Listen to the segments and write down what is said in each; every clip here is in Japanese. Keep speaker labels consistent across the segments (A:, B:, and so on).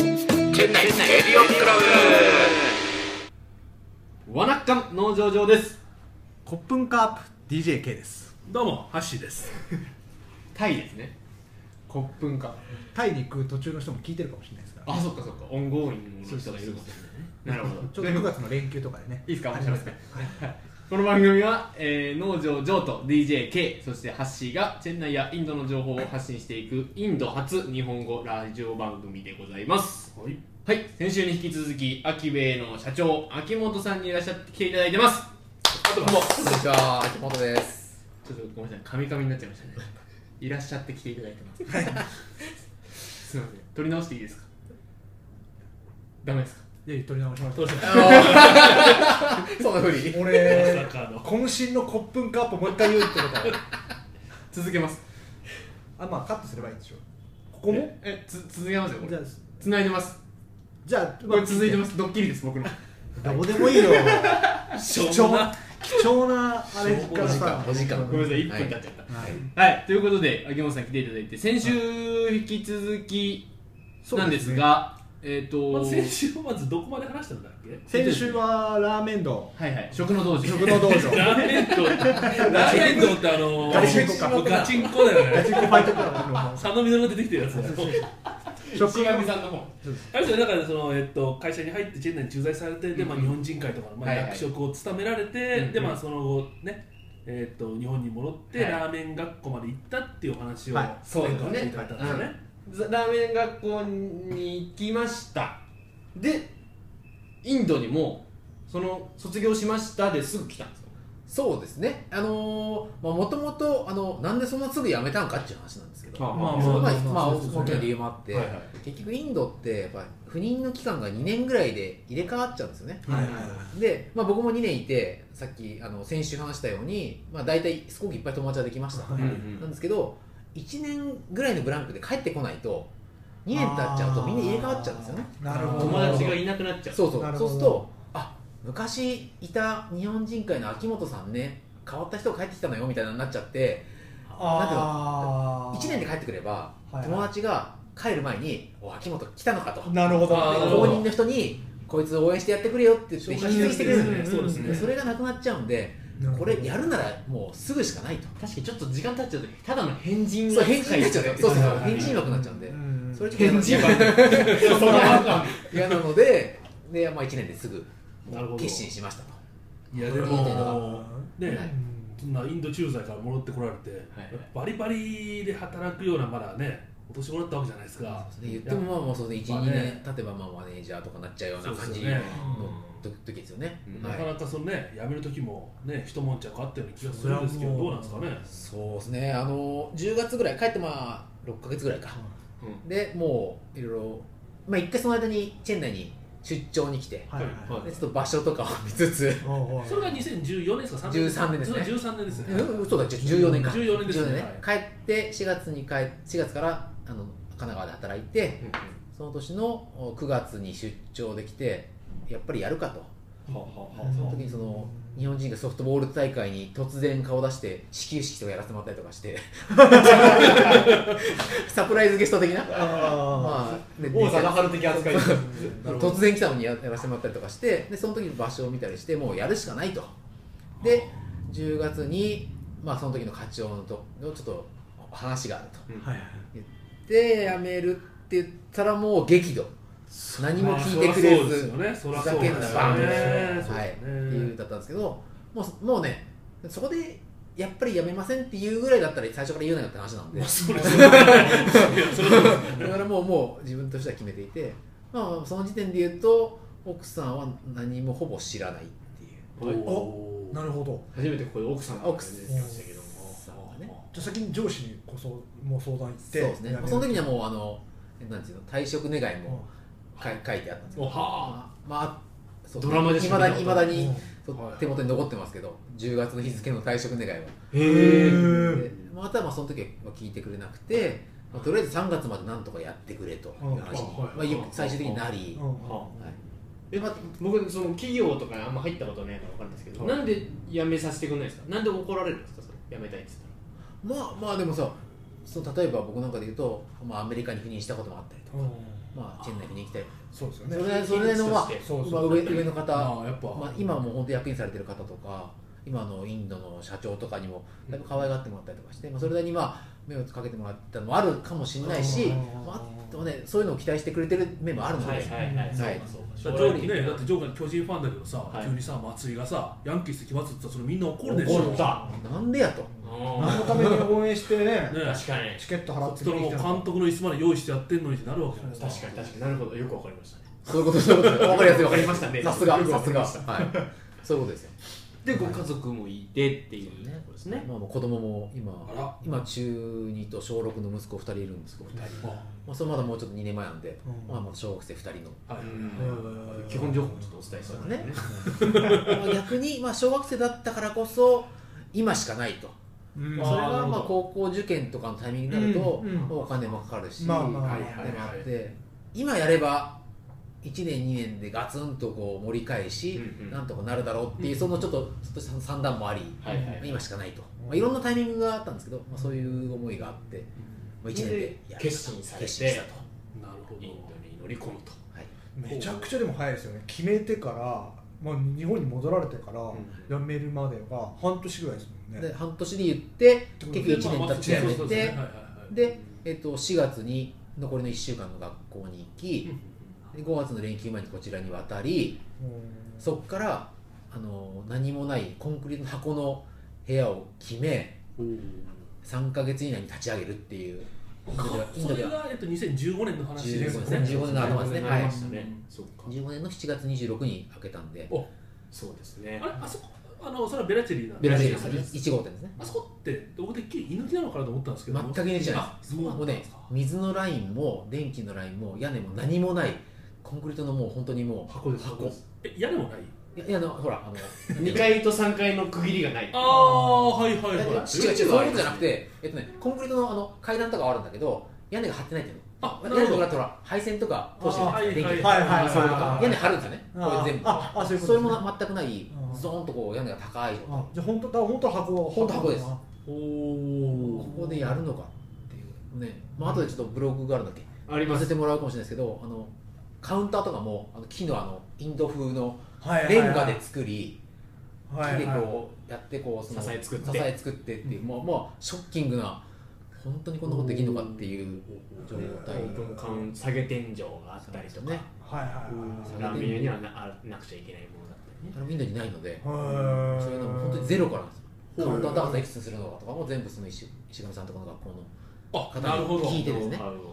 A: 店内エリオンクラ
B: わなっかん農場上です
C: コップンカープ DJK です
D: どうもハッシーです
B: タイですねコップンか
C: タイに行く途中の人も聞いてるかもしれないですから
B: あそっかそっかオンゴーイングの人がいるかもしれないねなるほど
C: ちょうど9月の連休とかでね
B: いいですか
C: あ
B: 面
C: り
B: 白いで
C: ま
B: す
C: す
B: ね
C: ね
B: はい この番組は、えー、農場ジョーと DJK そしてハッシーがチェン内やインドの情報を発信していくインド初日本語ラジオ番組でございますはい、先週に引き続きアキベイの社長秋元さんにいらっしゃって来ていただいてますあとも
A: ブこんにちは秋元です
B: ちょっとごめんなさい、カミカミになっちゃいましたね。いらっしゃって来ていただいてます。すみません、取り直していいですか。ダメですか。
C: で取り直しましょう
A: そんなふり
C: 俺
D: まさかの
C: 渾身のコップンカープもう一回言うってことは
B: 続けます。
C: あまあカットすればいいんでしょここも
B: え、つ、続けますよ。こ
C: じゃ
B: れ
C: あ
B: 繋いでます。
C: じゃあ
B: これ続いてますす。ドッキリです、僕の。
C: どうでもいいよ
D: し
C: 貴重な貴重なあれからさ
A: お時間お時間
B: ごめんなさい、一
A: は
B: 分
A: い
B: 経っちゃっ
C: はい
B: た。はい、ということで、秋元さん来ていただいて、先週引き続き。なんですが、えっと
D: ま。ず先週まずどこまで話したんだっけ
C: 先週はラーメン 道
B: はいはい、食の道場。
C: 食の道場
D: ラーメンとラーメンとってあのー
C: ガチンコか
D: ガチンコだ
C: ガ
D: よ
C: チ
D: ね
C: ンコファイトクラブの
D: 佐野実が出てきてるやつだよ
C: 食
B: 石上さんの方。
D: あれですよだからその、えっと、会社に入ってチェンナイに駐在されてで、まあ、
B: うん
D: 日本人会とかの、まあ、
B: はいはい
D: 役職を務められて、
B: うん
D: でまあその後ねえっと日本に戻って、
B: はい
D: ラーメン学校まで行ったっていうお話を、
C: はい
B: そうですね
D: 前回教えてもらったんですよね、
B: ラーメン学校に行きましたでインドにもその卒業しましたですぐ来たんですよ
A: そうですねあのーまあもともとあのなんでそんなすぐ辞めたんかっていう話なんですけど
B: はあ
D: まあ
A: そ
D: ま
A: のま
D: あ
A: あまあ
C: そうですね
A: 大きな理由もあって、
D: はいはい
A: 結局インドってやっぱ不任の期間が2年ぐらいで入れ替わっちゃうんですよね
C: はいはい
A: で、まあ、僕も2年いてさっきあの先週話したように、まあ、大体すごくいっぱい友達ができました、
C: はい
A: なんですけど1年ぐらいのブランクで帰ってこないと2年経っちゃうとみんな入れ替わっちゃうんですよね
C: なるほど
B: 友達がいなくなっちゃう
A: そうそう
C: なるほ
A: そ
C: ど
A: うするとあ昔いた日本人会の秋元さんね変わった人が帰ってきたのよみたいなのになっちゃって
C: あ
A: 1年で帰ってくれば
C: はいはい
A: 友達が帰る前に「お秋元来たのか」と
C: なるほど
B: あーなるほ
A: 公
B: ど
A: 認の人に「こいつ応援してやってくれよ」って言って引き抜いてくれるん
D: ね
A: で
D: そうですね、
A: でそれがなくなっちゃうんで
C: なるほ
A: こ
C: ど
A: れやるならもうすぐしかないと
B: 確かにちょっと時間経っちゃうとただの変人
A: そう返事になっちゃうねそうそうそう返事
B: は
A: 枠になっちゃうんで
C: うん
A: それちょっと嫌な
B: 返事はそのまま
A: 嫌なのでで、まあ、1年ですぐ
D: なるほど
A: 決心しましたと
D: いやで
A: 見てたら
D: もね、
A: はい
D: そんなインド駐在から戻ってこられて、
B: はい
D: バリバリで働くようなまだねお年頃だったわけじゃないですか
A: で言ってもまあもうそうですね
D: まあ
A: 12、
D: ね
A: 年経てばまあマネージャーとかなっちゃうような
D: そう
A: 感
D: です
A: じ
D: よ
A: の
D: ね
A: 時時ですよね、
B: うん
D: な
A: は
D: か
A: い、
D: なかそのね辞める時もね一悶着あったような気がするんですけど
C: それはもう
D: どうなんですかね
A: そうですねあの10月ぐらい帰ってまあ6か月ぐらいかでもういろいろまあ一回その間にチェン内に出張に来て
C: はいはい
B: は
A: でちょっと場所とかを見つつ
C: おうおう
D: それが2014年ですか
A: 13年ですね
D: 13年ですね、
A: うんそうだ14年か
D: 14年ですね
A: 帰って4月に帰っ4月からあの神奈川で働いてその年の9月に出張できてやっぱりやるかと
B: は
A: その時にその日本人がソフトボール大会に突然顔出して始球式とかやらせてもらったりとかして サプライズゲスト的な
C: あ
A: まあね
B: 王貞治的扱いです
A: 突然来たのにややらせてもらったりとかしてでその時に場所を見たりしてもうやるしかないとで10月に、まあ、その時の課長のとのちょっと話があると
C: あはいはい
A: で辞めるって言ったらもう激怒何も聞いてくれず、
D: まあそり
A: ふ
D: ゃ
A: ざ
D: そう
A: け
D: で
A: んな
D: すよ
A: バンみた
D: ね
A: いな、
D: そう
A: はい、っ
D: です
A: て
D: ね
A: いうだったんですけどもうそもうねそこでやっぱり辞めませんっていうぐらいだったら最初から言うなよって話なんで
D: まあそう ですよねいやそれはそうです
A: だからもうもう自分としては決めていて、まあ、その時点で言うと奥さんは何もほぼ知らないっていう
C: おなるほど
B: 初めてここで奥さんが
A: 奥さん
B: 出てきましたけども
A: さんがね
C: じゃあ先に上司にこそもう相談行って
A: そうですね
C: やめる
A: その時にはもうあのなんていうの退職願いもか書いてあったんですけど
B: おは
A: まあ、まあそう
B: ドラマでし
A: い
B: か
A: ま
B: 見たこ
A: だ
B: と
A: にいまだに
D: うんはい
A: 手元に残ってますけど10月の日付の退職願いは
B: へ
C: ーうん
A: でまたまあその時は聞いてくれなくて、まあ、とりあえず3月までなんとかやってくれという
D: う
A: 話に
D: んはい
A: まあゆ最終的になり、
C: うんうん
B: は
A: はい
B: えま僕その企業とかにあんま入ったことないから分かんないですけど、
D: はい
B: なんで辞めさせてくれないんですかなんで怒られるんですかそれ辞めたいって言ったら
A: まあまあでもさその例えば僕なんかで言うと、まあ、アメリカに赴任したこともあったりとか
C: うん
A: まあ、チェン内に行きたい
C: そうですよ
A: そ
C: ね
A: れなりそれなりの、まあ
C: そう
A: まあ、
C: そう
A: 上上の方、
B: ああやっぱ、
A: まあ、今はもう本当役員されてる方とか今のインドの社長とかにもだいぶ可愛がってもらったりとかして、まあ、それなりにまあ目をかけてもらったのもあるかもしれないし、
C: うん
A: まあ、あとねそういうのを期待してくれてる面もあるので、
E: はいはいはい
A: は
E: はいい
D: 将
A: まあ
D: 来的ね、だってジョーカー巨人ファンだけどさ、
E: はい
D: 急にさ、松井がさ、ヤンキース行きますって言ったら、それみんな怒るでしょ。
E: 怒った
A: なんでやと
C: 何のために応援してね
D: ね
E: 確かに
C: チケット払
D: そ
C: っ
D: ってたらもう監督の椅子まで用意してやってんのにってなるわけじゃないです
E: 確かに確かになるほどよくわかりましたね
A: そういうことそういうこと分かりやすい分かりました
E: わかりましたね
A: さすが
E: よく
A: さ
E: わ
A: す
E: かり
A: が
E: ま
A: はいそういうことですよ、
B: でご家族もいてっていうところですね
A: まあ、もう子供も今
D: あら
A: 今中2と小6の息子2人いるんですけど、
D: か。
A: まあ、それまだもうちょっと2年前なんで、
C: うん
A: まあ、まだ小学生2人の
D: はい
C: うん
B: 基本情報もちょっとお伝えしたいですね
A: まあ逆に、まあ、小学生だったからこそ今しかないと、
C: うん
A: それ
B: あーな
A: が
B: るほ
A: まあ
B: ど
A: 高校受験とかのタイミングになると、
C: うんうん
A: まあお金もかかるし、
C: まあまあ
A: でも
C: はい
A: あ
E: はい
A: っ
E: は
A: て今やれば1年2年でガツンとこう盛り返し、
E: うんうん
A: なんとかなるだろうっていう、そのちょっとちょっとした算段もあり、
E: はいはい
A: 今しかないと、まあ、いろんなタイミングがあったんですけど、まあ、そういう思いがあって、まあ、1年でやる
E: 決心されて
A: 決心したと、
D: なるほど。
E: インドに乗り込むと
A: はい、
C: めちゃくちゃでも早いですよね決めてから、まあ、日本に戻られてから辞めるまでが半年ぐらいですもん
A: で
C: ね
A: 半年で言って
C: うん
A: 結局1年経ってや
D: そう
A: め
D: そうそう
A: て、
D: はいはいはい
A: で、えっと4月に残りの1週間の学校
D: う
A: に行
D: ん
A: き、で5月の連休前にこちらに渡り
C: うん
A: そこからあの何もないコンクリートの箱の部屋を決め3か月以内に立ち上げるっていうインドではイン
D: そ
A: ド
D: れ
A: では
D: が、えっと、2015年の話ですよ
A: 15年
D: ね。
A: 15年の頭ですね
E: なりましたね、
D: はい
E: そっか
A: 15年の7月26日に開けたんで
D: お
E: そうですね
D: あれ、あそこ、あの、それはベラチェリーなん
A: ベ
D: で
A: ラジ
D: す
A: ルですね1号店ですね
D: あそこって、僕てっきり犬なのかなと思ったんですけど。
A: 全く入れちゃいま
D: あ
A: す
D: そうなん
A: もう
D: で
A: ね
D: すか。
A: 水のラインも電気のラインも屋根も何もないコンクリートのもう本当にもう
D: 箱です。
A: 箱
D: え、屋根もない
A: いやいやあのほらあの
E: 2階と3階の区切りがない
D: ああ、はいはい
A: い
D: はい
A: や違う違う、。そういうことじゃなくて、えっとね、コンクリートのあの階段とかはあるんだけど、屋根が張ってないっていう
D: あ、な
A: の。屋
D: る
A: 根
D: ほど。
A: とか、ほら、配線とか通して
D: あ
A: るんですよ
D: はい
A: 電気
C: はい
A: と
C: はいはい
A: かそういうのとか
C: はい
A: 屋根張るんですよね、これ全部。
C: ああそういうことです
A: それ
C: ね
A: も全くない
C: あ、ー
A: ゾーンとこう屋根が高い状態
C: あじゃあ本当だ本当は箱は
A: 本当箱です
C: あ
D: お
A: こ
D: お。
A: こでやるのかっていう。ね、まあ後でちょっとブログがあるんだっけ、
E: あり
A: 載
E: ま
A: せ
E: す
A: てもらうかもしれないですけど、あの、カウンターとかも、あの木のあの、インド風の
C: はいはい
A: レンガで作り、
C: はい
A: 木
C: は
A: で
C: い
A: こうやってこうその
E: 支え作って
A: 支え作ってっていう、もうもうショッキングな本当にこんなことできるのかっていう状
E: オ
A: 態
E: ープンカウン下げ天井があったりとか、
A: ね
C: はいはい
E: ラーメン屋にはなあなくちゃいけないものだったりね
A: あのインドにないので
C: はい
A: そういうのも本当にゼロからなんです
C: へ
A: よ
C: ー
A: カウンター高さいくつにするのかとかも全部その石石上さんとかの学校の
D: あ、なるほど。
A: 聞いてですね
E: ノウハウを
A: はい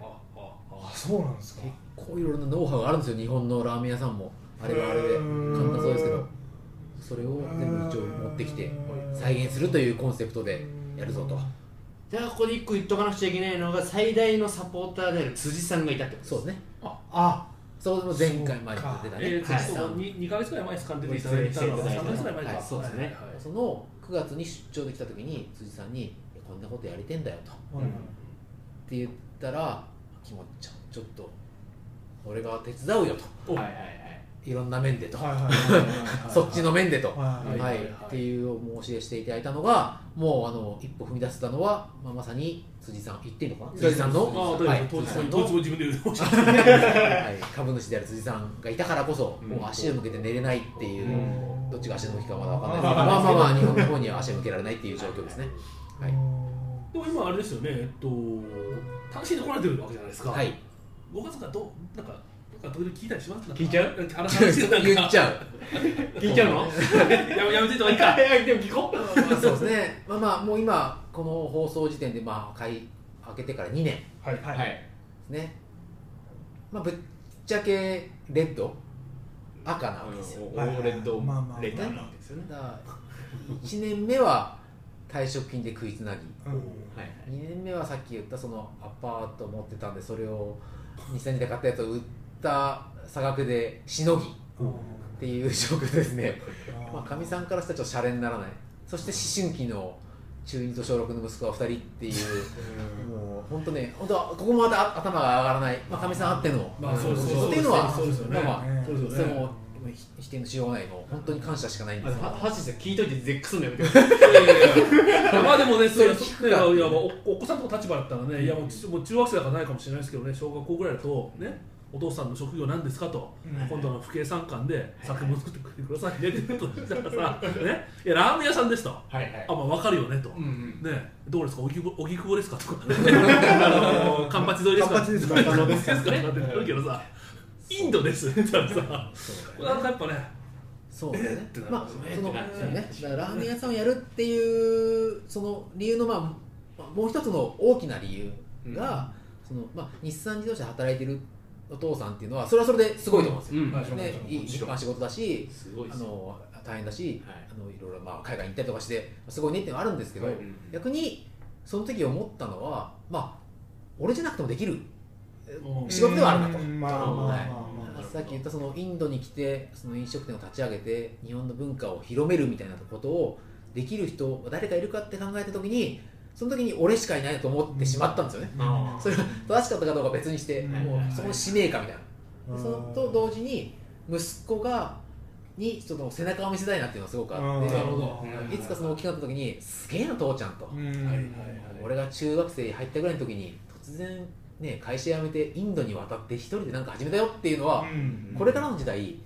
D: ああ
C: あそうなんですか
A: 結構いろいろなノウハウがあるんですよ日本のラーメン屋さんもあれはあれで簡単そうですけどそれを全部一応持ってきて再現するというコンセプトでやるぞと
E: じゃあここで一個言っとかなくちゃいけないのが最大のサポーターである辻さんがいたってことです
A: そうですね
C: あ
A: それも前回まで出たね
D: えー、
E: はい
D: ちょっとに二ヶ月ぐらい前に掴んでいただいたの
E: ご
D: が、
E: 出演
D: 3
E: していただいたの
D: ヶ月ぐらい前
A: は
D: か。
A: い
E: そうですね
D: はいはい
A: その9月に出張で来た時に辻さんにいや「こんなことやりてんだよ」とっ
C: はいはい
A: て言ったら「気持ちゃんちょっと俺が手伝うよ」と
D: お
E: はいはいはい
A: 「いろんな面で」と
C: はいはいはい
A: 「そっちの面で」と。
C: はい
A: はい
D: はいはい
A: っていうお申し出していただいたのがもうあの一歩踏み出せたのは、まあ、まさに辻さん言っていいのかな辻さんの、
D: ああ、
A: は
D: 大
A: い、
D: 丈夫です。
A: 辻さ
D: 当
A: ん
D: 日
A: の
D: 当日も自分で言うてました。
A: はい株主である辻さんがいたからこそ、
E: うん
A: もう足を向けて寝れないっていう、
C: うん
A: どっちが足の向きかまだ分かんないですけど、
C: あ
A: ま
C: ー
A: あまあまあ、日本の方には足を向けられないっていう状況ですね。はい
D: でも今あれですよね、えっと、単身で来られてるわけじゃないですか。
A: はい、
D: 僕はなんかどうなんかなんか時々聞いたりします。なんか
E: 聞いちゃう？
D: なんか話してなんか
A: 言っちゃう。
E: 聞いちゃうの
D: やめやめてとかいいか。
E: はいでも聞こう
A: まあそうですね、まあまあ、もう今、この放送時点で、まあ、開開けてから2年で
C: はい
E: は、
C: はいい
A: すね、まあ、ぶっちゃけレッド、赤なわけですよ。
E: オーレッド
C: まあまあ
E: レターなわけですよね
A: だから1年目は退職金で食いつなぎ、
C: うん
E: はい
A: 2年目はさっき言ったそのアパート持ってたんで、それを2、3日で買ったやつを売った差額でしのぎっていう状況ですね。まあ、かみさんからしたらちょっとシャレにならないそして思春期の中2と小6の息子が2人っていうもう本当ね本当はここもまた頭が上がらないまあかみさんあっての
D: まあそうです
A: っていうのは
D: そうですよね
A: まあまあ
C: ね
D: そうです
A: そ
D: よ
A: れ
D: ね。
A: もひ否定のしようがないもう本当に感謝しかないんですけど
B: はハッシーさん聞いといて絶句すんのやめてください
D: まあでもね、それ
A: それ聞
D: い
A: くか
D: やいやおお子さんとか立場だったらね、いやもうちもう中学生だからないかもしれないですけどね、小学校ぐらいだと、ね、お父さんの職業なんですかと、
C: うん
D: 今度の父兄参観で作文作ってくれてくださいねって言うとしたらさ、ね、いやラーメン屋さんですと、あ
B: はいはい
D: まあ分かるよねと、
B: うんうん
D: ね、どうですか、荻窪荻窪ですかとか、 あのカンパチ沿いですか、
C: カンパチ ですか
D: カンパチですかって言うけどさ、インドですって言ったらさ、なんかやっぱね、
A: そうだよね
D: てな。る
A: まあ
D: えー
A: その
D: ってなる
A: そうね、だからラーメン屋さんをやるっていうその理由のまあまあもう一つの大きな理由が、そのまあ日産自動車で働いてるお父さんっていうのはそれはそれですごいと思うんですよ。
B: うん
D: はい
A: ね、いい立派な仕事だし、
B: すごいで
A: あ
B: すよ
A: の大変だし、
B: はい
A: あのいろいろまあ海外に行ったりとかしてすごいねっていうのはあるんですけど、
B: はいうん
A: 逆にその時思ったのはまあ俺じゃなくてもできる
D: うん
A: 仕事ではあるなと
C: うんまあまあまあま
D: は
C: あ
D: い
A: さっき言ったそのインドに来てその飲食店を立ち上げて日本の文化を広めるみたいなことをできる人誰かいるかって考えた時にその時に俺しかいないと思ってしまったんですよね、
B: あ
A: それが正しかったかどうかは別にして、
C: うん
A: もうそこの使命感みたいな、
C: うん
A: そのと同時に息子がにその背中を見せたいなっていうのがすごくあって、
C: うんなるほ
B: ど
A: いつかその大きくなった時にすげえな父ちゃんと、
C: うん
D: はいはい
A: 俺が中学生に入ったぐらいの時に突然ね会社辞めてインドに渡って一人でなんか始めたよっていうのは、
C: うん
A: これからの時代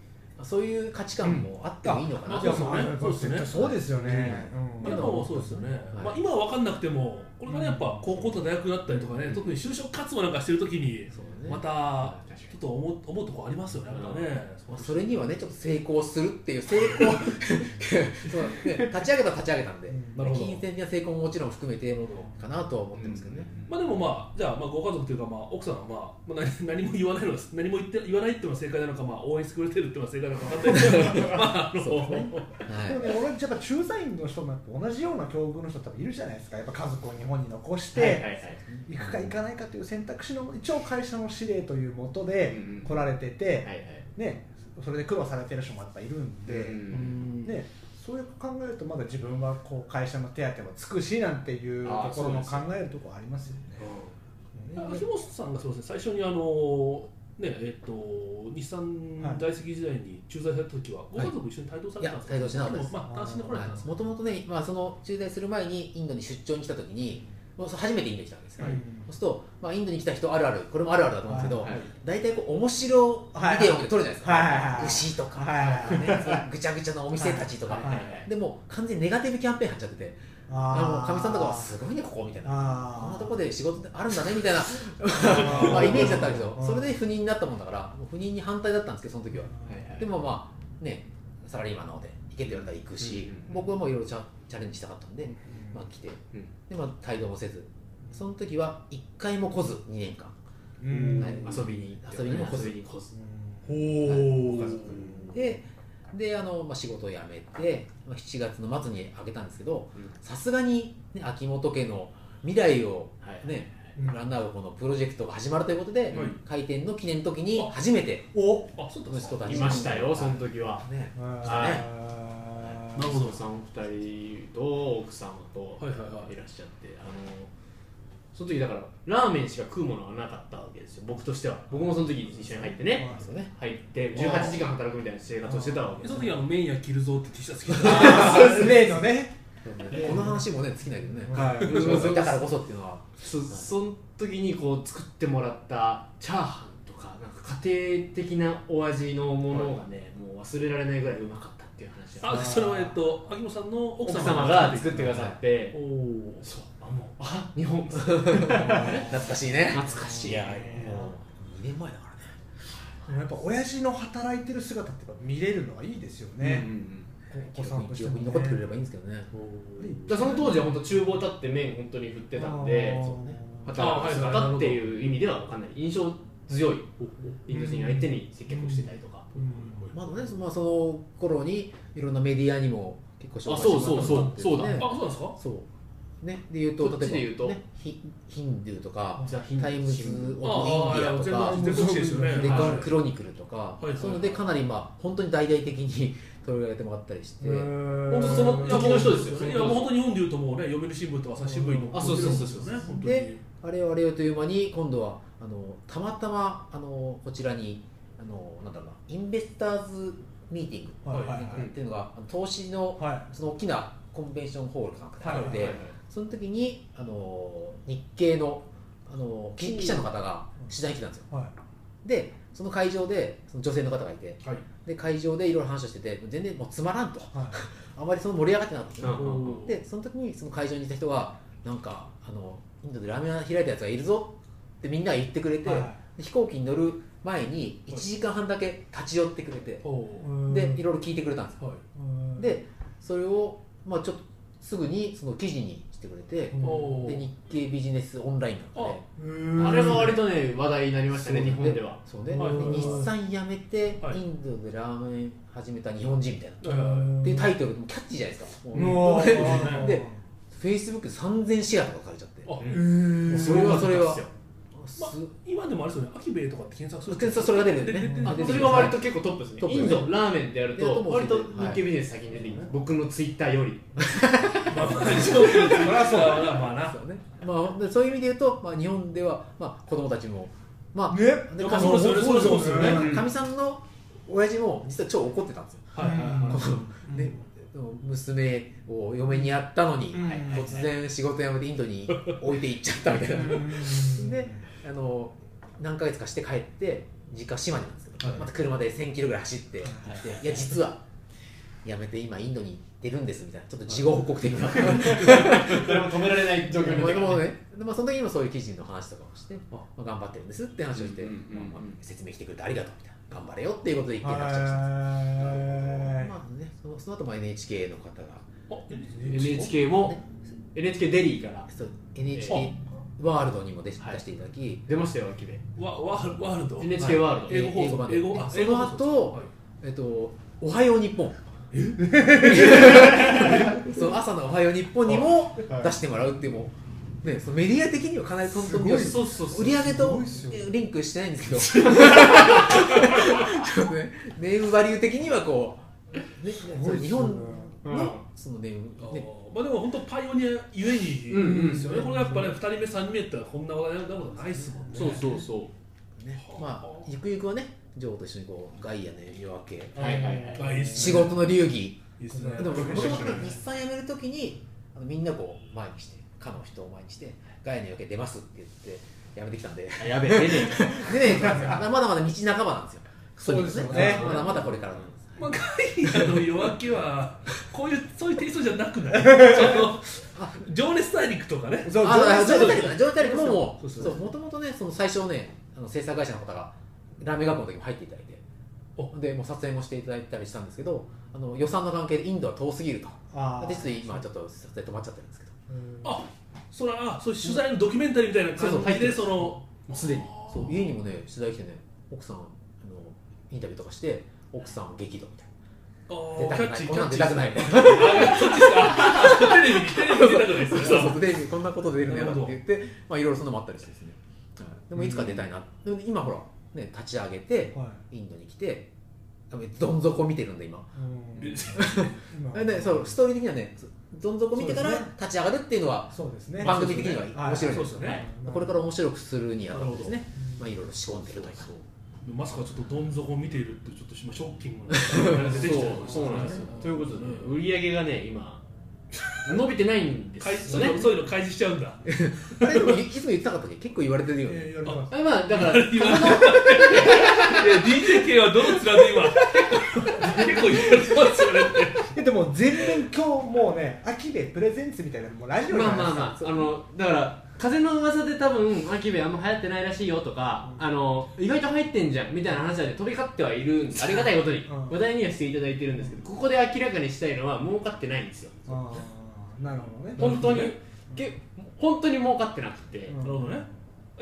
A: そういう価値観もあってもいいのかな
D: うん
A: と、
C: いやまあ
D: そうですね
C: そうですよね
D: まあ、
A: うん
D: でもそうですよね、
A: はい
D: まあ、今は分かんなくてもこれがねやっぱ高校と大学だったりとかね、
A: うん
D: 特に就職活動なんかしてる時に
A: そうだね
D: またちょっと思う思うとこありますよねなんかね、
A: まあ
D: そ
A: そうれにはねちょっと成功するっていう成功そう、ね、立ち上げたら立ち上げたんで、
C: うん
D: なるほど
A: 金銭的な成功ももちろん含めて
D: なるほど
A: かなとは思ってますけどね、
D: まあでもまあじゃあまあご家族というかまあ奥さんはまあ、まあ、何 何も言わないのが何も言って言わないっていうのが正解なのかまあ応援してくれてるっていうのが正解なのか分かんないですけ ど まああの
A: そうですねは
C: でも
A: い
C: ね、俺やっぱ駐在員の人もやっぱ同じような境遇の人多分いるじゃないですかやっぱ家族を日本に残して、
B: はいはいはい
C: 行くか行かないかという選択肢の一応会社の指令というもとで
B: うんうん
C: 来られてて、
B: はいはい
C: ね、それで苦労されてる人もやっぱいるんで、
B: うん
C: ね、そういう考えるとまだ自分はこう会社の手当もつくしなんていうと
B: あー
C: ころも考
B: そう
C: えるところありますよね。
D: なんか秋元さんがそうですね最初にあのねえっ、と日産在籍時代に駐在された時はご家族一緒に帯同されてたんですか、
A: いや帯同しなかったです
D: もまあ単身で来られたんですか
A: もともとね、まあ、その駐在する前にインドに出張に来た時にもう初めてインドに来たんですよ、
C: はい
A: そうすると、まあ、インドに来た人あるあるこれもあるあるだと思うんですけど、
B: はい
A: 大体こう面白ビデオって撮るじゃないですか、
C: はいはいはい
A: 牛とか、
C: はいはい
A: ねそういうぐちゃぐちゃのお店たちとか、
C: はいはいはい
A: でもう完全にネガティブキャンペーン貼っちゃっててあのかみさんとかはすごいねここみたいなこん
C: あ
A: な
C: ー
A: とこで仕事ってあるんだねみたいな
C: ー
A: まあイメージだったんですよ
C: うん
A: それで不妊になったもんだからもう不妊に反対だったんですけどその時は
B: はいはい
A: でもまあねサラリーマンなので行けって言われたら行くし、
B: うんうんうん
A: 僕はもういろいろチャチャレンジしたかったんで、まあ、来て
B: うん
A: でまあ帯同もせずその時は1回も来ず2年間
C: うん
A: はい
B: 遊びに
A: 遊びにも来ず
B: 遊びに来ず
C: うん
B: お家族
A: でであの、まあ、仕事を辞めて、まあ、7月の末にあげたんですけど
B: うん
A: さすがに、ね、秋元家の未来を、
B: はい
A: ね
C: うん
A: ランナーウこのプロジェクトが始まるということで、
B: はい
A: 開店の記念の時に初めて
C: お
D: あそうだったんで
A: 息
D: す
A: 子
D: か
A: たち
B: いましたよその時は
A: ね
C: あ
D: な
C: ー
D: るほど
B: 息子さん二人と奥様と
D: はいはいはい
B: いらっしゃってあのその時だからラーメンしか食うものがなかったわけですよ僕としては僕もその時一緒に入ってね
A: ですよね
B: 入って18時間働くみたいな生活をしてたわけ
D: え
B: で
D: そ
B: す
D: の時あの麺屋着るぞって T シャツ着て
C: あ
D: た
C: ーそうです例のね。
A: この話もね尽きないけどね、
C: はい
A: だからこそっていうのは
B: そその時にこう作ってもらったチャーハンとかなんか家庭的なお味のものがね、もう忘れられないぐらいうまかったっていう話
D: あそれはえっと秋元さんの奥
B: 奥
D: 様
B: 様が作ってくださって
D: おお
B: そうあもうあ日本
A: 懐かしいね
B: 懐かしい
A: もう2年前だからね
C: でもやっぱ親父の働いてる姿ってやっぱ見れるのはいいですよね
B: うんう。ん
C: お子さんとして
A: 記憶
C: も
A: に
C: ね
A: 残ってくれればいいんですけどね
B: うんだからその当時は本当厨房立って麺本当に振ってたんで
C: あー
A: そうね
B: 働く姿っていう意味ではかなり印象強いインド人相手に接客をしてたりとか、
A: まだねそまあ、その頃にいろんなメディアにも結構紹
B: あ
A: 介
B: そう
A: しても
B: そ
A: ら
B: う
A: った
B: そ
A: ん
B: うそうだ、
A: ね
D: あそうなんですか
A: そうねで言うと
B: こっちで言うと
A: ね、ヒヒンドゥーとか
B: ザヒンド
A: タ
B: ゥ
A: イ
B: ー
A: ムズ・オブ・インディアと
D: ああ
A: か
D: 全国地ですよね
A: デカ
D: は
A: ン・クロニクルとか、
D: いはい
A: そういうのでかなりまあ本当に大々的に 取り上げてもらったりして、
C: 本
B: 本当その時の人ですよ
D: いやもう本当に日本で言うともうね読売新聞とか朝日新聞に載ってるよなもんですよね本当に
A: であれよあれよという間に今度はあのたまたまあのこちらにあのなんだろうなインベスターズミーティング
C: はいはいは
A: っていうのが、あの投資の
C: いはい
A: その大きなコンベンションホールかなんかであって、
C: はい
A: その時にあの日系のあの記記者の方が取材に来たんですよ
C: はい
A: でその会場でその女性の方がいて
D: はい
A: で会場でいろいろ話をしてて全然もうつまらんと
C: はい
A: あまりその盛り上がってなかったんですよ、
D: うん
A: でその時にその会場にいた人がなんかあのインドでラーメン屋開いたやつがいるぞってみんなが言ってくれて、
C: はい
A: で飛行機に乗る前に1時間半だけ立ち寄ってくれて、
D: おう
C: うん
A: でいろいろ聞いてくれたんですよ
D: はい
C: うん
A: でそれを、まあ、ちょっとすぐにその記事にしてくれて、
C: うん
D: おう
A: で日経ビジネスオンラインなので
C: うん
E: あれも割とね話題になりましたね
A: そう
E: 日本では
A: そうね、
D: はい
A: で日産辞めて、
D: はい
A: インドでラーメン始めた日本人みたいな、
D: はいはいはい
A: っていうタイトルもキャッチーじゃないですかもう
C: うわー
A: でフェイスブックで3000シェアとかされちゃって
D: あ
E: うん
C: うん
A: それはそれは
E: すごかっ
A: す
D: まあ今でもあれですよねアキベイとかって検索する
A: 検索それが出るん
D: で
A: ですね
D: 出てる
A: あ
E: たっ
A: 出て
E: すよそ
A: る
E: れが割と結構トップですね
A: トップ
E: イ
A: です
E: ン
A: ね
E: ドラーメンでやる
A: いやと
E: と
A: も
E: 割と
A: はい
E: 日経ビジネス先に出てきます僕のツイッターより
D: まあまあ一応それ はそうだなまあな
A: そうねまあ、でそういう意味で言うと、まあ、日本では、まあ、子供たちも、ま
C: ね
A: あ、で
D: まあそうですよね
A: かみ
D: そうですよね
A: うんかみさんの親父も実は超怒ってたんですよ、
D: はいはい
A: こ
D: は
A: のね娘を嫁にやったのに、
C: うん
A: 突然仕事辞めてインドに置いて行っちゃったみたいな
C: うん
A: であの何ヶ月かして帰って実家島根なんですけど、
C: はい
A: また車で1000キロぐらい走って、でいや実は辞めて今インドに出るんですみたいなちょっと事後報告的な。
E: それも止められない状況になって
A: まあ
E: ま
A: ねでまあ、その時にもそういう記事の話とかもして、まあ、頑張ってるんですって話をして、
B: うんうんうんうん
A: まあまあ説明してくれてありがとうみたいな頑張れよっていうことで一見話をしてま
C: は
A: す、まあね、そのその後も NHK の方が
D: い
B: NHK も NHK デリーから
A: そう NHK ワールドにも出し出していただき、
E: 出ましたよ秋部
D: あわワールワールド
B: NHK ワールド
D: 英語放送
A: 英語版で
D: 英語あ
A: その後
D: はい
A: えっと「おはよう日本」 その朝の「おはよう日本」にも
C: はい
A: 出してもらうっていうもう、ね、そのメディア的にはかなりトントン拍子
E: そうそうそう
A: 売り上げ
C: す
A: と
C: ごいっすよ
A: リンクしてないんですけ どちょっとねネームバリュー的にはこう、ね、そう日本のそのネー
D: あ
A: ム、
D: ー
A: ね、
D: まあでも本当パイオニアゆえ
B: うんうん
D: にですよね、これやっぱね2人目3人目ってこんな話題になることないですもんね
B: そうそうそ
A: ねまあゆくゆくはね女王と一緒にこうガイアの夜明け
E: うはいはいはい
D: あいいっす
A: 仕
D: ね
A: 事の流儀
D: いいっすね
A: でも僕も日産辞めるときにあのみんなこう前にしてかの人を前にしてガイアの夜明け出ますって言って辞めてきたんで
B: うやべえ出ね
A: 出てきたんですよまだまだ道半ばなんですよ
C: そうですよね
A: まだまだこれからなんです
D: まあ、ガイアの夜明けはこういうそういうテイストじゃなくないその情熱大陸とかね
C: そう
A: あ
C: そう
A: あ、ジョ
D: そう
A: ータリックだ、ジョータリックももう、
D: そうそう
A: そう、もともとね、その最初ね、あの制作会社の方が。ラーメン学校の時も入っていただいて
D: お、
A: で、もう撮影もしていただいたりしたんですけど、あの予算の関係でインドは遠すぎると。
C: あー
A: で、つい今ちょっと撮影止まっちゃってるんですけど。
C: うん
D: あそれあそういう取材のドキュメンタリーみたいな
A: そ
D: 感
A: うそう入っ
D: じ
A: て
D: で
A: る
D: その
A: もうすでに、そう、家にもね、取材来てね、奥さん、あの、インタビューとかして、奥さん激怒みた
D: あ
A: いな。出
D: ー
A: た
D: キ
A: く
D: ャッ
A: ない、
D: チーキ
A: こん
D: ャ
A: なん
D: ッチー
A: 出たくない。
D: テレビテレビ出たくないです
A: そうそうでこんなこと出るんやなって言って、まあ、いろいろそんなのもあったりしてですね、はいでもいつか出たいな、で今ほら、ね、立ち上げて
C: は
A: インドに来て多分どん底見てるんで今
C: いうん今
A: でそうストーリー的にはねどん底見てから
C: そうですね
A: 立ち上がるっていうのは
C: そうですね
A: 番組的には面白い
D: そうですよね
A: これから面白くするにあたってですね
C: なるほ、ど
A: まあ、いろいろ仕込んでるというか
D: まさかちょっとどん底を見ているってちょっと今ショッキングな出てきちゃいました
B: そう
D: ね
B: そうなんですよということでね売り上げがね今伸びてないんで
D: 開
B: す
D: そ
B: よ
D: ういう
B: ね
D: のそういうの開示しちゃうんだ
A: あれでもいいつも言ってなかったっけ結構言われてるよね、
C: えーやります
B: あまあだから
D: 今のいや DJK はどの面で今結構言われてますよね
C: えでも全面今日もうね秋部プレゼンツみたいなのもうラジオじゃ
B: まあ
C: ないで
B: まあ
C: すか
B: まあ、あの、だから、風の噂で多分、アキベあんま流行ってないらしいよとか、あの、意外と入ってんじゃんみたいな話はね飛び交ってはいるんですありがたいことに、
C: うん
B: 話題にはしていただいてるんですけど、ここで明らかにしたいのは、儲かってないんですよ。
C: あーなるほどね
B: 本当に
D: うん、
B: け本当に儲かってなくて、
C: うん
D: なるほどね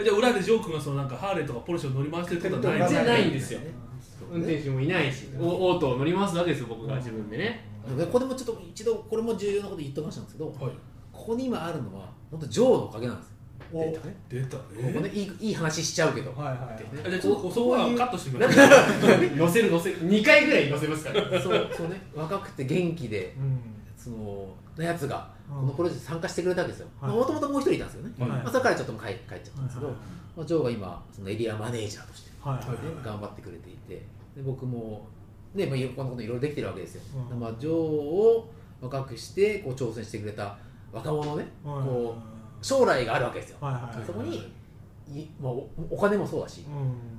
D: じゃあ裏でジョー君がそのなんかハーレーとかポルシェを乗り回してるってことはない
B: じゃないん
D: で
B: ですよ。
A: そう
B: 運
A: ね
B: 転手もいないし、おオートを乗り回すだけですよ、僕が自分でね。
A: でこれもちょっと一度これも重要なこと言ってましたんですけどこ
D: はい
A: こに今あるのは本当ジョーのおかげなんですよ
C: お
A: データね
D: 出た
A: ここねいいいい話しちゃうけど、
C: はいはい
D: あじゃあちょっとこうそこはカットしてみま
B: なん
D: す
B: か乗せる乗せる、2回ぐらい乗せますから。
A: そうそうね若くて元気で
C: うん
A: そののやつが
C: うん
A: このプロジェクトに参加してくれたわけですよ
C: はい
A: もともともう一人いたんですよね、
C: はい
A: まあ、それからちょっともう帰帰っちゃったんですけど、
C: はい
A: まあ、ジョーが今そのエリアマネージャーとして
C: はいはい
A: 頑張ってくれていてで僕もねまあ、いろこんなこといろいろできてるわけですよ、
C: うん
A: まあ、女王を若くしてこう挑戦してくれた若者ね
C: はい
A: こ将来があるわけですよ、
C: はいはいはい
A: そこにい、まあ、おお金もそうだし
C: うん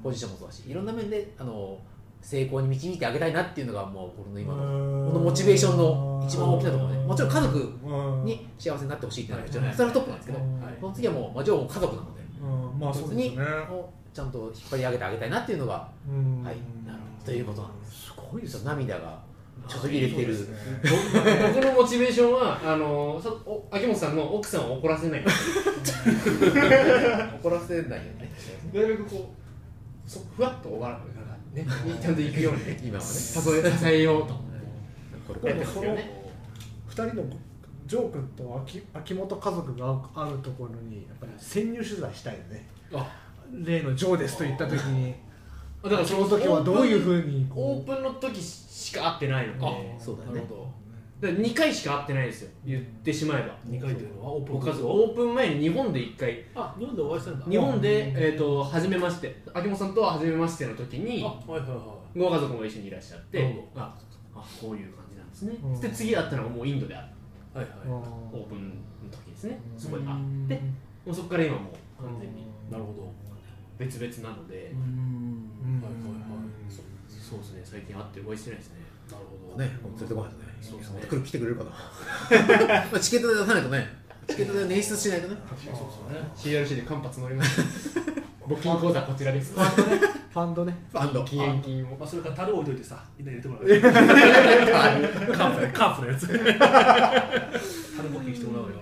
A: ポジションもそうだしいろんな面であの成功に導いてあげたいなっていうのがもう僕の今の
C: の
A: このモチベーションの一番大きなところねもちろん家族に
C: に、
A: 幸せになってほしいっていうのが一
B: はい
A: 番それがトップなんですけど、
C: うん
A: その次はもう、まあ、女王も家族なので、
C: うんまあそうですよね、
A: をちゃんと引っ張り上げてあげたいなっていうのが
C: うん
A: はいなるほどということなんです
C: ごいで
A: ちょっ
C: す
A: と
C: ね
A: 涙がちょっと入れてる
C: そうですね
B: 僕のモチベーションはあのさお秋元さんの奥さんを怒らせない
A: 怒らせないよね
B: なるべくこうそふわっと終わらなんかねちゃんと行くようにね
A: 今はね
B: 誘え支えようと
A: これ
C: なん
A: から
C: かその二人のジョー君と秋秋元家族があるところにやっぱり潜入取材したいよね
B: あ
C: 例のジョーですと言った時に
B: だから
C: その時はどういうふ
B: う
C: うに
B: オー
C: こ
B: プンの時しか会ってないので
A: あそうだよね
B: なるほどだから2回しか会ってないですよ言ってしまえば
D: 二回というのはオープン
B: ご家族オープン前に日本で1回
D: あ日本でお会いしたんだ
B: 日本で、えー、と初めまして秋元さんとは初めましての時
D: あ
B: に
D: はいはいは
B: ご家族も一緒にいらっしゃっ
D: なる
B: て
D: ほど
B: ああこういう感じなんですね、
C: うん
B: で次会ったのがもうインドである
D: いはいうは
B: オープンの時ですね
C: うん
B: そこで会ってもうそこから今もう完全に
D: いなるほど
B: 別々なので、
D: うんはいはいはいそう
B: そうですね最近会ってお会いしてないですね
D: なるほど
A: ね、もう連れてこないとね、
D: そうですね
A: 持ってくる来てくれるかな、 まあ、チケットで出さないとね、チケットで捻出しないとね、
D: そうそうね
B: CRC で間髪乗りました募金口座こちらです
C: ファンドね
A: ファンド、
B: 期限金を
D: まあそれから樽置いといてさみんな入れてもらうカープ ねカープのやつ樽募金してもらおうよ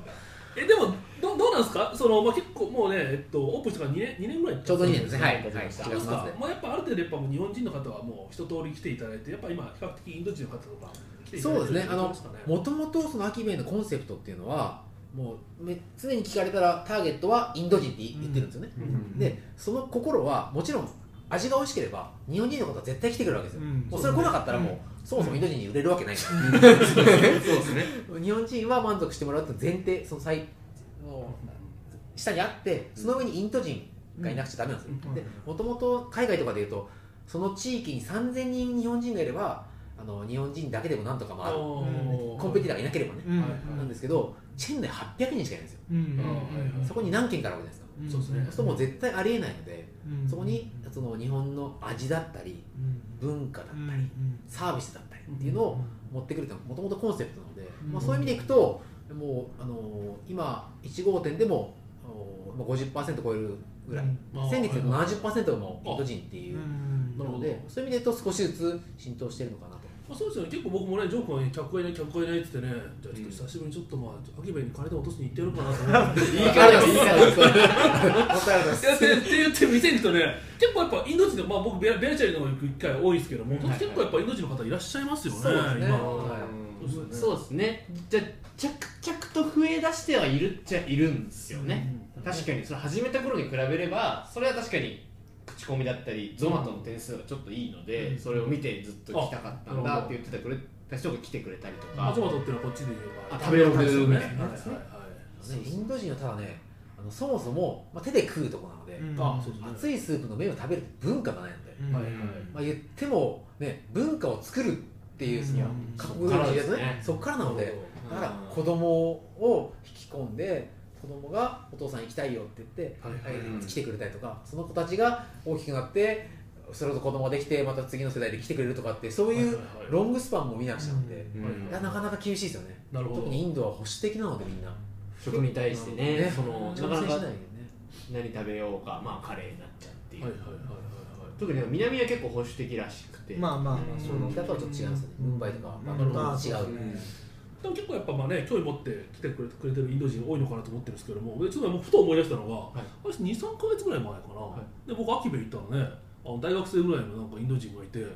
D: えでもどどうなんですかそのまあ結構もうねえっとオープンしてから二年二年ぐらい
A: ちょうど2年ですね、はい、はい、
B: そう
D: そう
A: 7
D: で
A: 月
D: す
A: 末
D: か
A: で。
D: まあやっぱある程度やっぱもう日本人の方はもう一通り来ていただいてやっぱ今比較的インド人の方とか来ていただ
A: そ
D: いうて
A: で
D: る
A: すね、あ
D: どう
A: の
D: ですかね、
A: もともとその秋兵衛のコンセプトっていうのは、もうめ常に聞かれたらターゲットはインド人って言ってるんですよね。
B: うん
A: で、その心はもちろん味が美味しければ日本人の方は絶対来てくるわけですよ。もうそれ来なかったらもう、そもそもインド人に売れるわけないから
B: そうですね
A: 日本人は満足してもらうと前提その最もう下にあってその上にインド人がいなくちゃダメなんですよ、
C: うん
A: でもともと海外とかでいうとその地域に3000人日本人がいればあの日本人だけでもなんとか回る
D: おー
A: コンペティターがいなければね、
C: うん
D: はいはい
A: なんですけどチェーン内800人しかいないんですよ
C: うんうん
D: はい
A: そこに何軒かあるわけじゃないで
C: うん
D: そ
A: すか、
D: うですね
A: そうするともう絶対ありえないので、
C: うん
A: そこにその日本の味だったり
C: うん
A: 文化だったり、
C: うん
A: サービスだったりっていうのを
C: う
A: 持ってくるというのはもともとコンセプトなので、
C: ん
A: まあ、そういう意味でいくともう、あのー今1号店でも、あのーまあ、50%超えるぐらい、
C: うん
D: あー
A: 先月で
D: はいはい
A: 70%がもうインド人っていうう、
C: ん
A: なの
D: なる
A: でそういう意味で言うと少しずつ浸透してるのかなと。
D: まあ、そうですよね、結構僕もね、ジョー君はね客がいない、客がいないって言ってね、じゃあちょっと久しぶりにちょっとまあ、秋葉に金で落としに行ってやろうかなと思って、
A: いいからいい からです。
D: やってって言って店に行くとね、結構やっぱインド人で、まあ、僕ベア、ベアチャリの方行く機会多いですけども、
B: はいはい
D: 結構やっぱインド人の方いらっしゃいますよね、
A: そうですね
D: 今
A: は
D: うん
B: そ
D: そう
B: ですねじゃあ着々と増え出してはいるっちゃいるんですよね、確かにそれ始めた頃に比べればそれは確かに口コミだったりゾマトの点数がちょっといいので、それを見てずっと来たかったんだって言ってたくれた人が来てくれたりとか、
D: 松本っていうのはこっちで言えば、
B: あ食べログみたいな
D: は
B: や
D: い
B: つ
D: は
B: ね
D: いはい
A: ねインド人はただねあのそもそも、まあ、手で食うとこなので、
C: うん
D: あそうですね
A: 熱いスープの麺を食べる文化がないので、
C: うん
D: はいはい
A: まあ、言っても、ね、文化を作るっていうその
C: うん
A: 覚悟のや
B: そっからで
A: つ
B: す
A: ね
B: ね
A: そこからなので
B: う
A: だ
B: ん
A: から子供を引き込んで子供がお父さん行きたいよって言って、
D: はいはい
B: うん
A: 来てくれたりとかその子たちが大きくなってそれこそ子供ができてまた次の世代で来てくれるとかってそういう
D: はいはいはい
A: ロングスパンも見なくちゃなんで、
B: うん
A: いやなかなか厳しいですよね
D: なるほど
A: 特にインドは保守的なのでみんな、
B: 食に対してね
A: ね
B: そのな
A: 調
B: かな
A: 整しないよ
B: か
A: ね
B: 何食べようかまあカレーになっちゃうっていう、
D: はいはいはいはいはい
B: 特に南は結構保守的らしくて、
C: まあまあまあ
A: その北とはちょっと違いますねムンバイとかバンコクと
C: まあ
A: か違う、
C: そうですね
D: でも結構やっぱまあね興味持って来てくれくれてるインド人多いのかなと思ってるんですけどもでちょっともうふと思い出したのが、
B: い
D: 私23か月ぐらい前かな、で僕アキベ行ったのねあの大学生ぐらいのなんかインド人がいて、なんか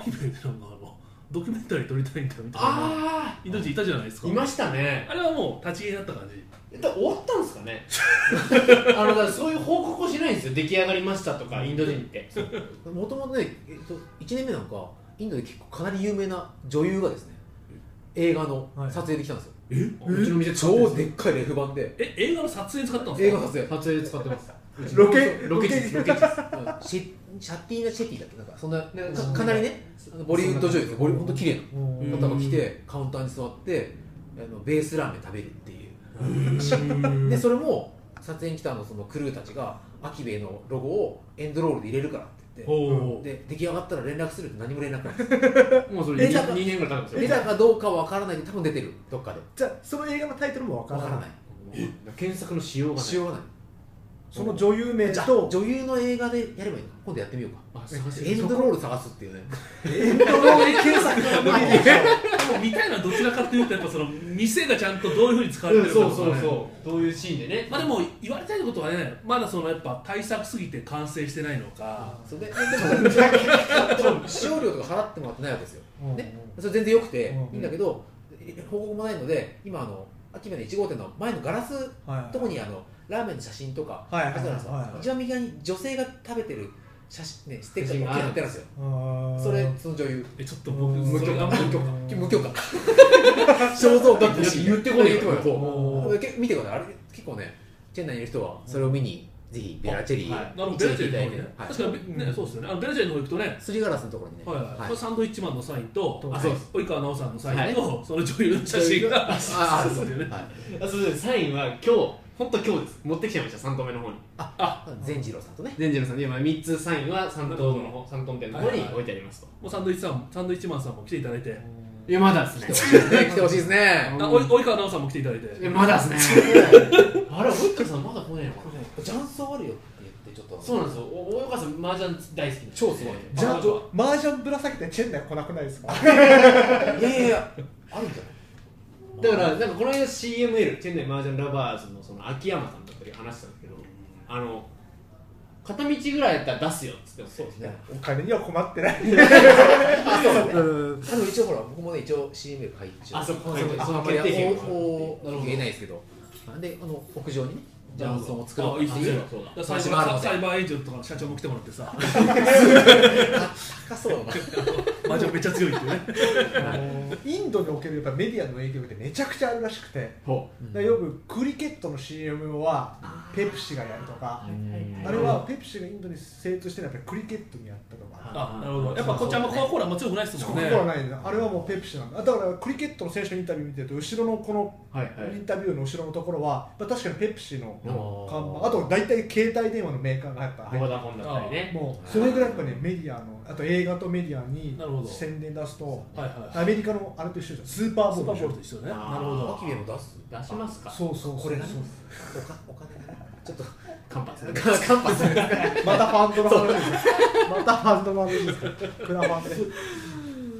D: アキベでなんかあのドキュメンタリー撮りたいんだみたいな
B: あ
D: インド人いたじゃないです
B: あ
D: か
B: いましたね
D: あれはもう立ち消えだった感じ
B: えだ終わったんですかね あのだからそういう報告をしないんですよ出来上がりましたとかインド人って
A: もともとね、えっと、1年目なんかインドで結構かなり有名な女優がですね映画の撮影できたんですよ、
D: え
B: うちの店使ってる
A: 超でっかいレフ板で
D: え映画の撮影に使ったんです
A: 映
D: か
A: 画
B: 撮
A: 撮影
B: 影使ってますうちの
C: ロケ
B: ロケ地ですロケ地です
A: シェシャッティーナ・シェティだっけなんかそんな
B: なん
A: か
B: か
A: かなりねあのボリウッド女優ですよボリ本当綺麗な
C: うん
A: 方が来てカウンターに座ってあのベースラーメン食べるっていうでそれも撮影に来たのそのクルーたちがアキベイのロゴをエンドロールで入れるからって言っ
B: ほ
A: てで出来上がったら連絡するって何も連絡ないです
B: うもうそれ
A: えだから
B: 2, 二年ぐらい経ってますよ
A: 出たかどうかは分からないけど多分出てるどっかで
C: じゃあその映画のタイトルもわか
A: 分
C: ら
A: から
C: ない
A: ない
E: 検索のしようがない
A: しようがない
C: その女優名
A: じゃあ
C: と
A: 女優の映画でやればいいの今度やってみようか
B: あ探して
A: エンドロール探すっていうね
C: エンドロール検索 が無理でし
D: も見たいのはどちらかというとやっぱその店がちゃんとどういうふうに使われ
B: う
D: て
B: ん
D: るか
B: そう
D: とか
B: そう
D: ね
B: そうどういうシーンでね
D: まあでも言われたいことはねまだそのやっぱ対策すぎて完成してないのか
A: それででもでも使用料とか払ってもらってないわけですよ、
C: うんうん
A: ね、それ全然よくて
C: うんうん
A: いいんだけど、報告もないので今あの秋葉の1号店の前のガラス
C: ょはい
A: とこにあのラーメンの写真とか
C: はいはい
A: あったらさ
C: はいはい
A: 一番右側に女性が食べてる写真、ね、ステッカーが大きいの貼ってあるんですよ
C: あー
A: それその女優
D: えちょっと僕
C: うん
D: それ
C: 無許可
D: あんま り
A: 無許
C: う
A: 可
C: ん
A: 無許可
B: だっ
A: 肖像画
B: て言ってこねえよ
A: 言ってこ
C: お
A: こ
C: ー
A: れけ見てくださいあれ結構ねチェンナイにいる人はそれを見にぜひベラチェリ
D: はいなるほ
A: ー
D: どベラチェ
A: い
D: リ
A: た
D: ー
A: だ
D: の方
A: いて
D: ね
A: はい
D: 確かにねそうですよねあのベラチェリーの方行くとね
A: すりガラスのところにね、
D: はいはい
A: はい
D: これサンドイッチマンのサインと
C: と
D: あそうです及川奈緒さんのサイ
B: は
D: ンとその女優の写真が
A: ああるんで
D: そ
A: す
D: う
A: よ
D: で
A: ね
D: す。
A: は
B: あ
A: い
B: そうですサインは今日本当今日です持ってきちゃいました3頭目の方に
A: 善次郎さんとね。
B: デンジェルさんに今3つサインは3頭の方3頭店の方に置いてありますと
D: もうサンドイッチさんサンドイッチマンさんも来ていただいて
B: いやまだです
A: 来
B: ね
A: てほしいですね。来てほしいですね。
D: あお及川奈緒さんも来ていただいて
B: いやまだ ですねあれ及川さんまだ来ねえのかな
A: 雀荘あるよって言ってちょっと。
B: そうなんですよお及川さん麻雀大好きなんです
A: 超すごいね
C: じゃあ
B: あと
C: マージャンぶら下げてチェンナイ来なくないですか
A: いやいやいや、あるんじゃない。
B: だからなんかこの間 CML チェンナイ麻雀ラバーズのその秋山さんだったり話したんですけどあの片道ぐらいやったら出すよっつってそうです
A: ね
C: お金には困ってない
A: あ、そうね。あの一応ほら僕もね一応 CM 入っちゃう。
B: あそうか
A: はい
B: そうか
A: あ
B: その
A: あんまり
B: 決定権が
A: こう
B: なるほ
A: こう
B: ど
A: 言えないですけど。なんであの屋上にね雀荘を作ろ
D: あ
A: う
D: いいっすね
B: そうだ
D: だからサイ
A: 話も
D: バ
A: あるの
D: ー
A: で
D: サイバーエージェントとか社長も来てもらってさ
A: 高そうだな。
D: マジめっちゃ強いっていうね
C: あのインドにおけるやっぱメディアの影響ってめちゃくちゃあるらしくて、
B: ほ
A: うん
C: だからよくクリケットの CM はペプシがやるとか、あれはペプシがインドに精通してるのはやっぱりクリケットにやったとか、
D: あなるほどやっぱこっちあんまコアコーラも強くないです
C: そ
D: もん
C: こ
D: ね
C: はないね、あれはもうペプシなんだ、だからクリケットの選手のインタビュー見てると、後ろのこの
B: うはいは
C: イ
B: い
C: ンタビューの後ろのところは、まあ確かにペプシの
A: あー
C: 看板、あと大体携帯電話のメーカーがやっぱ入
B: ホ
C: っ
B: ーダフォンだったり
C: て、
B: ね
C: もうそれぐらいやっぱね、メディアの、あと映画とメディアに
D: なるほど
C: 宣伝出すと、
D: はいはい
C: アメリカのあれと一緒じゃん、スーパー
D: スー
C: ボ
D: パ
C: ール
D: ーボール
C: で
D: と
C: し
D: 一緒ねな
B: あー
D: るほど
A: アキベも出す。
B: 出します
C: ょ。
B: か
C: そうそうそうそう
A: これがね。おかお金がねちょっと
B: カンパスね
A: カンパス。
C: またファンドの話ですねまたファンドの話ですねクラファンで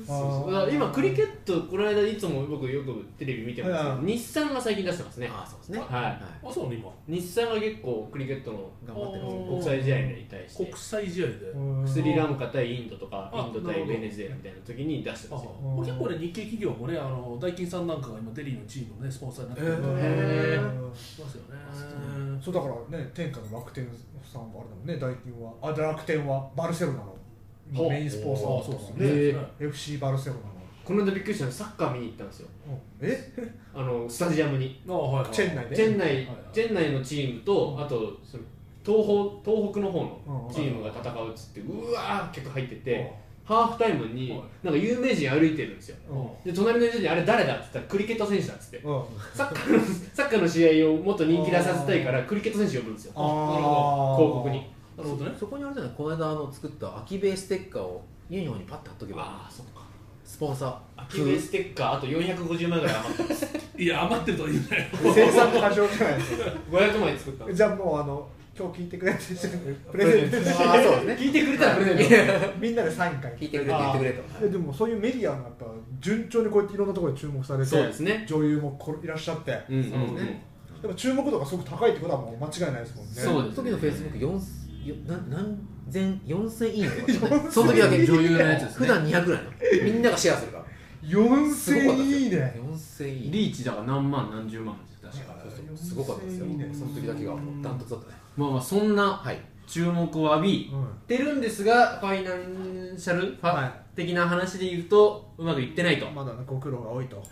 B: そうだから今クリケットこの間いつも僕よくテレビ見てますけど
C: うん
B: 日産が最近出してますね
A: あ、そうですね。
B: は
A: はい
D: あそうなの今
B: い日産が結構クリケットの
A: 頑張って
D: お
B: 国
D: ー
B: 際試合に対して
D: 国際試合で
B: スリラン
C: カ
B: カ対インドとか
D: あ
B: インド
D: なる
B: 対
D: ほど
B: ベネズエラみたいな時に出して
D: あ
B: ますよ
C: ん
D: これ結構ね日系企業もねあのダイキンさんなんかが今デリーのチームのねスポンサーになってるとか
B: へ
C: へ
D: しますよね
C: ーそうだからね天下の楽天さんもあれだもんね大金はあ楽天はバルセロナのメインスポンサ
D: あ
C: ー
D: そうです
C: だもんね
B: へ
D: ね
B: ー
C: FC バルセロ
B: この間びっくりしたのサッカー見に行ったんですよ
C: ナのえ
B: あのスタジアムに
D: あはいはい
C: チェンナイで
B: チェンナ
D: はい
B: イ
D: はい
B: チェンナイのチームとあとその東方東北の方のチームが戦うっつってうわー客入っててハーフタイムに
D: は
B: なんか有名人歩いてるんですよ
C: うん
B: で隣の人にあれ誰だっつったらクリケット選手だっつって
C: うん
B: サッカーのサッカーの試合をもっと人気出させたいからクリケット選手呼ぶんですよ
C: あー
B: なるほど広告に
D: なるほどね
A: そこにあれじゃないこの間あの作ったアキベイステッカーをユニフォームにパッと貼っとけば
B: ああそっか
A: スポンサー
B: アキベステッカーあと450枚ぐらい余ってます
D: いや余ってるとは言えない
C: 生産過剰じゃないですか
B: 500枚作ったんです
C: じゃあもうあの今日聞いてくれてる人にプレゼントして
A: ああそうですね
B: 聞いてくれたらプレゼント
C: みんなでサイン書い
A: 聞
C: て
A: いてくれと言ってくれと
C: えでもそういうメディアがやっぱ順調にこうやっていろんなところで注目されて
B: そうですね
C: 女優もこれいらっしゃってや
B: うんうん
A: そうですね
C: っぱ注目度がすごく高いってことはもう間違いないですもんね
B: そう
A: その時のフェイスブック4何何千4千いいねとかだったねその時だけ
B: 女優のやつですね
A: 普段200ぐらいのみんながシェアするからすごかった
C: 4000
A: で
C: い
A: すよ
C: いね
A: 4千いいね
B: リーチだから何万何十万ですよ確か
A: そうそうすごかったですよ
C: 4000いいね
A: その時だけがダントツだったね
B: まあまあそんな
A: はい
B: 注目を浴び
C: うん
B: てるんですがファイナンシャルフ
C: は
B: ァ
C: い
B: 的な話で言うとうまくいってないと
C: まだねご苦労が多いと
B: はい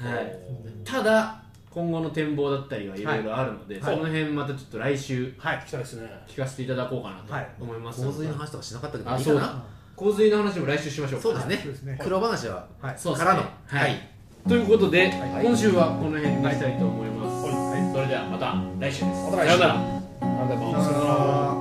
B: ただ今後の展望だったりはいろいろあるので、
D: はい
B: その辺またちょっと来週
D: はい、来たいですね。
B: 聞かせていただこうか
C: は
B: ないと思います
A: 洪
B: の
A: 水
B: で、
A: の話とかしなかったけど
B: あ
A: いいか
B: そう
A: な
B: 洪水の話も来週しましょうか
A: そうですね
C: そうですね
A: 黒話は
C: はい
B: そうです
A: か
B: ね
A: らの
B: はい、ということで、
A: はい
B: 今週はこの辺にしたいと思います、
D: はい
B: それではまた来週です、
A: また来
B: さよ
A: 週
B: うなら
A: なんだろう
C: さよなら